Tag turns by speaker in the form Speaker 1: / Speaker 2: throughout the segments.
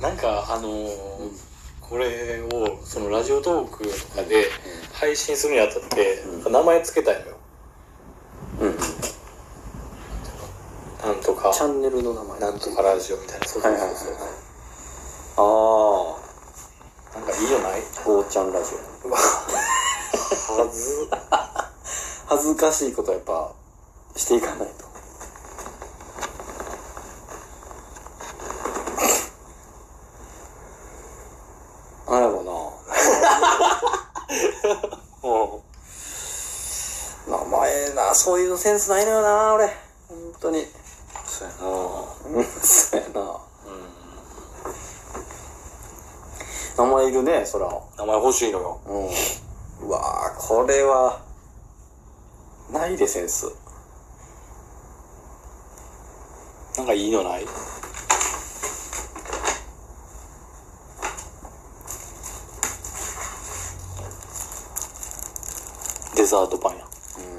Speaker 1: なんかあのーこれをそのラジオトークとかで配信するにあたって、
Speaker 2: う
Speaker 1: 名前つけたいのよ
Speaker 2: うん
Speaker 1: なんとか
Speaker 2: チャンネルの名前
Speaker 1: なんとかラジオみたいなそう
Speaker 2: はい
Speaker 1: そう
Speaker 2: はいはい
Speaker 1: そう
Speaker 2: はい
Speaker 1: そうな
Speaker 2: あ
Speaker 1: んかいいよない
Speaker 2: あゴーちゃんラジ
Speaker 1: は ず
Speaker 2: オ恥ずかしいことはやっぱしていかないとなんやろ
Speaker 1: も
Speaker 2: うな名前なそういうのセンスないのよな俺本当に
Speaker 1: うそうやな
Speaker 2: うんそうやな
Speaker 1: うん
Speaker 2: 名前いるねそら
Speaker 1: 名前欲しいのよ
Speaker 2: うんうわあこれはないでセンス
Speaker 1: なんかいいのないデザートパンや
Speaker 2: う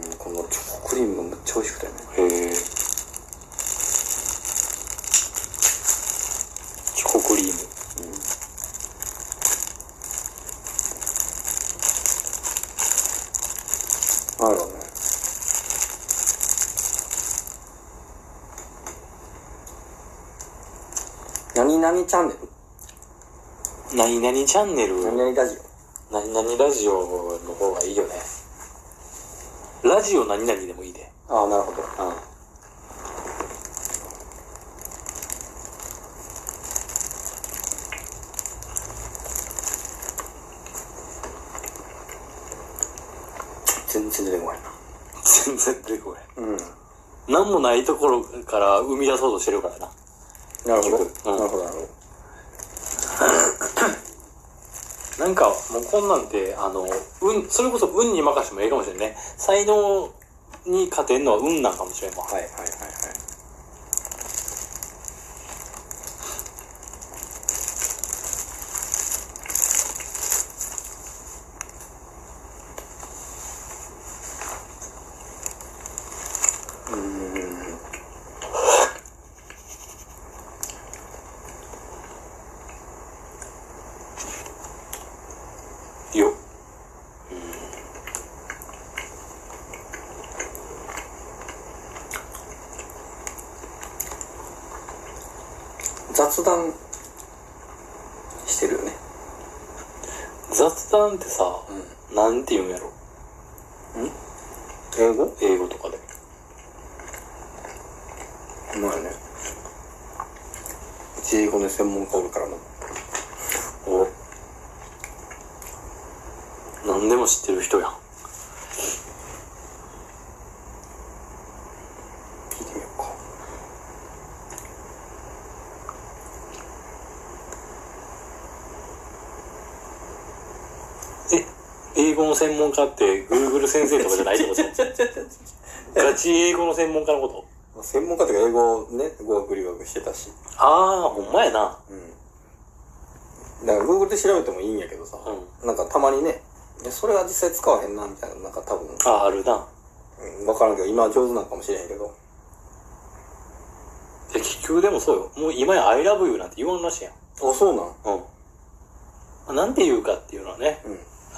Speaker 2: んこのチョコクリームがめっちゃ美味しくてね
Speaker 1: へえチョコクリーム
Speaker 2: あるよね何々チャンネル
Speaker 1: 何々チャンネル
Speaker 2: 何々ラジ
Speaker 1: 何々ラジオの方がいいよねラジオ何々でもいいで
Speaker 2: オああなるほど
Speaker 1: うん
Speaker 2: 全然出てこない
Speaker 1: 全然出てこない
Speaker 2: なうん
Speaker 1: 何もないところから生み出そうとしてるからな
Speaker 2: なるほど、
Speaker 1: うん
Speaker 2: なるほどなるほ
Speaker 1: なんかもうこんなんてあの運それこそ運に任せてもええかもしれんね才能に勝てんのは運なんかもしれんわ
Speaker 2: どはいはいはいはい
Speaker 1: よ
Speaker 2: 雑談してるよね
Speaker 1: 雑談ってさ、なんて言うんやろ
Speaker 2: 英語
Speaker 1: 英語とかで
Speaker 2: まあねうち英語の専門家おるからな
Speaker 1: お何でも知ってる人やん
Speaker 2: 聞いてみようか
Speaker 1: え英語の専門家ってグーグル先生とかじゃないって ことガチ英語の専門家のこと
Speaker 2: 専門家とか英語をね語学留学してたし
Speaker 1: ああほんまやな
Speaker 2: うんだから Google で調べてもいいんやけどさ、
Speaker 1: う
Speaker 2: なんかたまにねいやそれは実際使わへんなみたいななんか多分、
Speaker 1: あああるな
Speaker 2: うん、分からんけど今は上手なんかもしれへんけど
Speaker 1: で結局でもそうよもう今や「I love you」なんて言わんらしいやん
Speaker 2: あそうなん
Speaker 1: うんなんて言うかっていうのはね
Speaker 2: う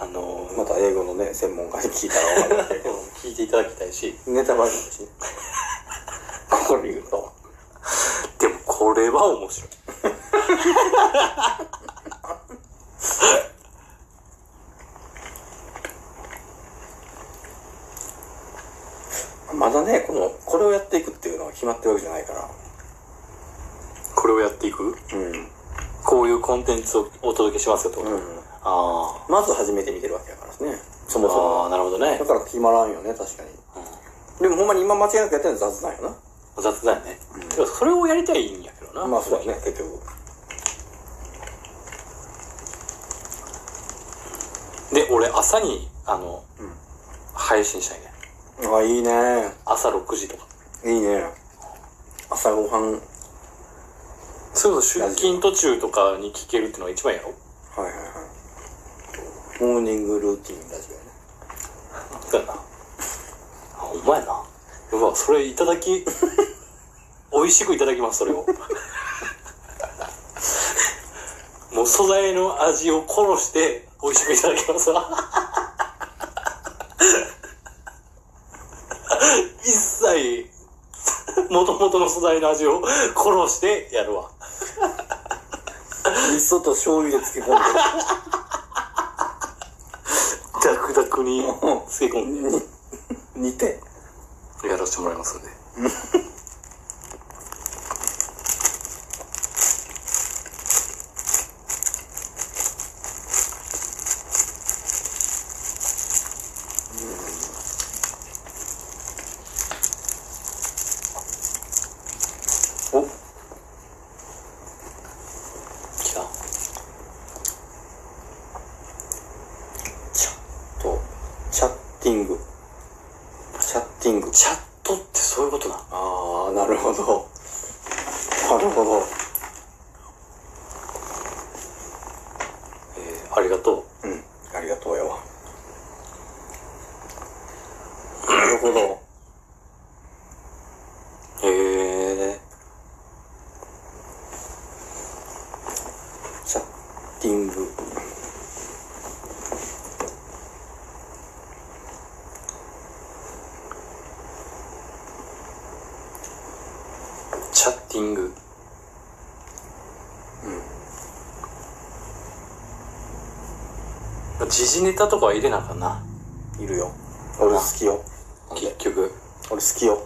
Speaker 1: あのー
Speaker 2: んまた英語のね専門家に聞いたら分かるんだけ ど
Speaker 1: 聞いていただきたいし
Speaker 2: ネタバレだしねこれ言うと
Speaker 1: でもこれは面白い
Speaker 2: まだねこのこれをやっていくっていうのは決まってるわけじゃないから
Speaker 1: これをやっていく
Speaker 2: うん
Speaker 1: こういうコンテンツをお届けしますよってこと、
Speaker 2: うん
Speaker 1: あ
Speaker 2: まず初めて見てるわけだからねそ
Speaker 1: ー
Speaker 2: もそも
Speaker 1: あーなるほどね
Speaker 2: だ、から決まらんよね確かにでもほんまに今間違いなくやってるのは雑談よな
Speaker 1: うん、雑だよね、でもそれをやりたいんやけどな
Speaker 2: まあそうだね結局
Speaker 1: で俺朝にあの、
Speaker 2: ん
Speaker 1: 配信したいね
Speaker 2: あいいね
Speaker 1: 朝6時とか
Speaker 2: いいね朝ごはんはい
Speaker 1: それこそ出勤途中とかに聞けるってのが一番やろ
Speaker 2: はいはいモーニングルーティンラジオやね
Speaker 1: そうやなあほんまやなうわそれいただ き美味しくいただきますそれをもう素材の味を殺して美味しくいただきますわ一切元々の素材の味を殺してやるわ
Speaker 2: 味噌と醤油で漬け込ん
Speaker 1: ダクダクに漬け込んで
Speaker 2: で煮て
Speaker 1: やらせてもらいますんで。来た。
Speaker 2: おチャットチャッティングチャッティング
Speaker 1: チャットってそういうことな。
Speaker 2: ああなるほどなるほど
Speaker 1: えー、ありがと
Speaker 2: うんありがとうよなるほど
Speaker 1: う。へえ
Speaker 2: チャッティング
Speaker 1: チャッティング。うん。時事ネタとかは入れなあかんな。
Speaker 2: いるよ俺好きよ
Speaker 1: 結局。
Speaker 2: 俺好きよ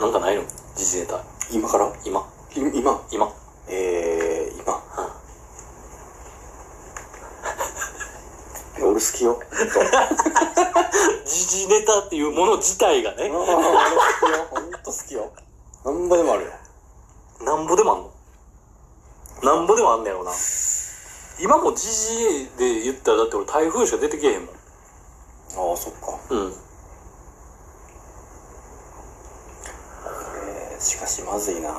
Speaker 1: なんかないの時事ネタ。
Speaker 2: 今から
Speaker 1: 今。
Speaker 2: い今
Speaker 1: 今。
Speaker 2: えー、今え俺好きよ本当あ
Speaker 1: 時事ネタっていうもの自体がね
Speaker 2: ー、俺好きよ本当好きよ何倍もあるよ
Speaker 1: なんぼでもあんのなんぼでもあんねやろな。今も時事で言ったらだって俺台風しか出てけえへんもん。
Speaker 2: ああそっか
Speaker 1: うん。
Speaker 2: えーしかしまずいな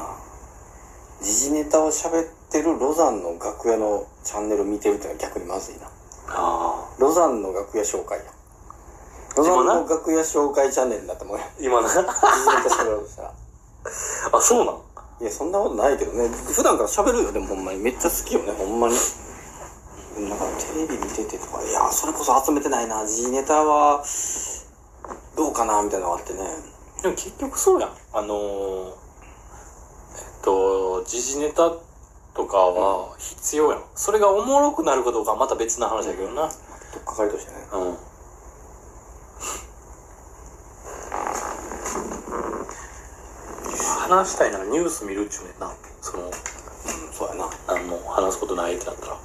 Speaker 2: 時事ネタを喋ってるロザンの楽屋のチャンネル見てるってのは逆にまずいな
Speaker 1: ああ。
Speaker 2: ロザンの楽屋紹介やロザンの楽屋紹介チャンネルになってもうや
Speaker 1: 今な。
Speaker 2: 時事ネタ喋ろうとしたら
Speaker 1: あ、そうなん
Speaker 2: いやそんなことないけどね普段から喋るよでもほんまにめっちゃ好きよねほんまになんかテレビ見ててとかいやそれこそ集めてないな時事ネタはどうかなみたいなのがあってね
Speaker 1: でも結局そうやん。あのー、えっと、時事ネタとかは必要やん。それがおもろくなるかどうかはまた別な話だけどな。
Speaker 2: とっかかりとしてね
Speaker 1: うん。話したいならニュース見るっちゅうねんな。その、
Speaker 2: うんそうやな
Speaker 1: 何も話すことないってなったら。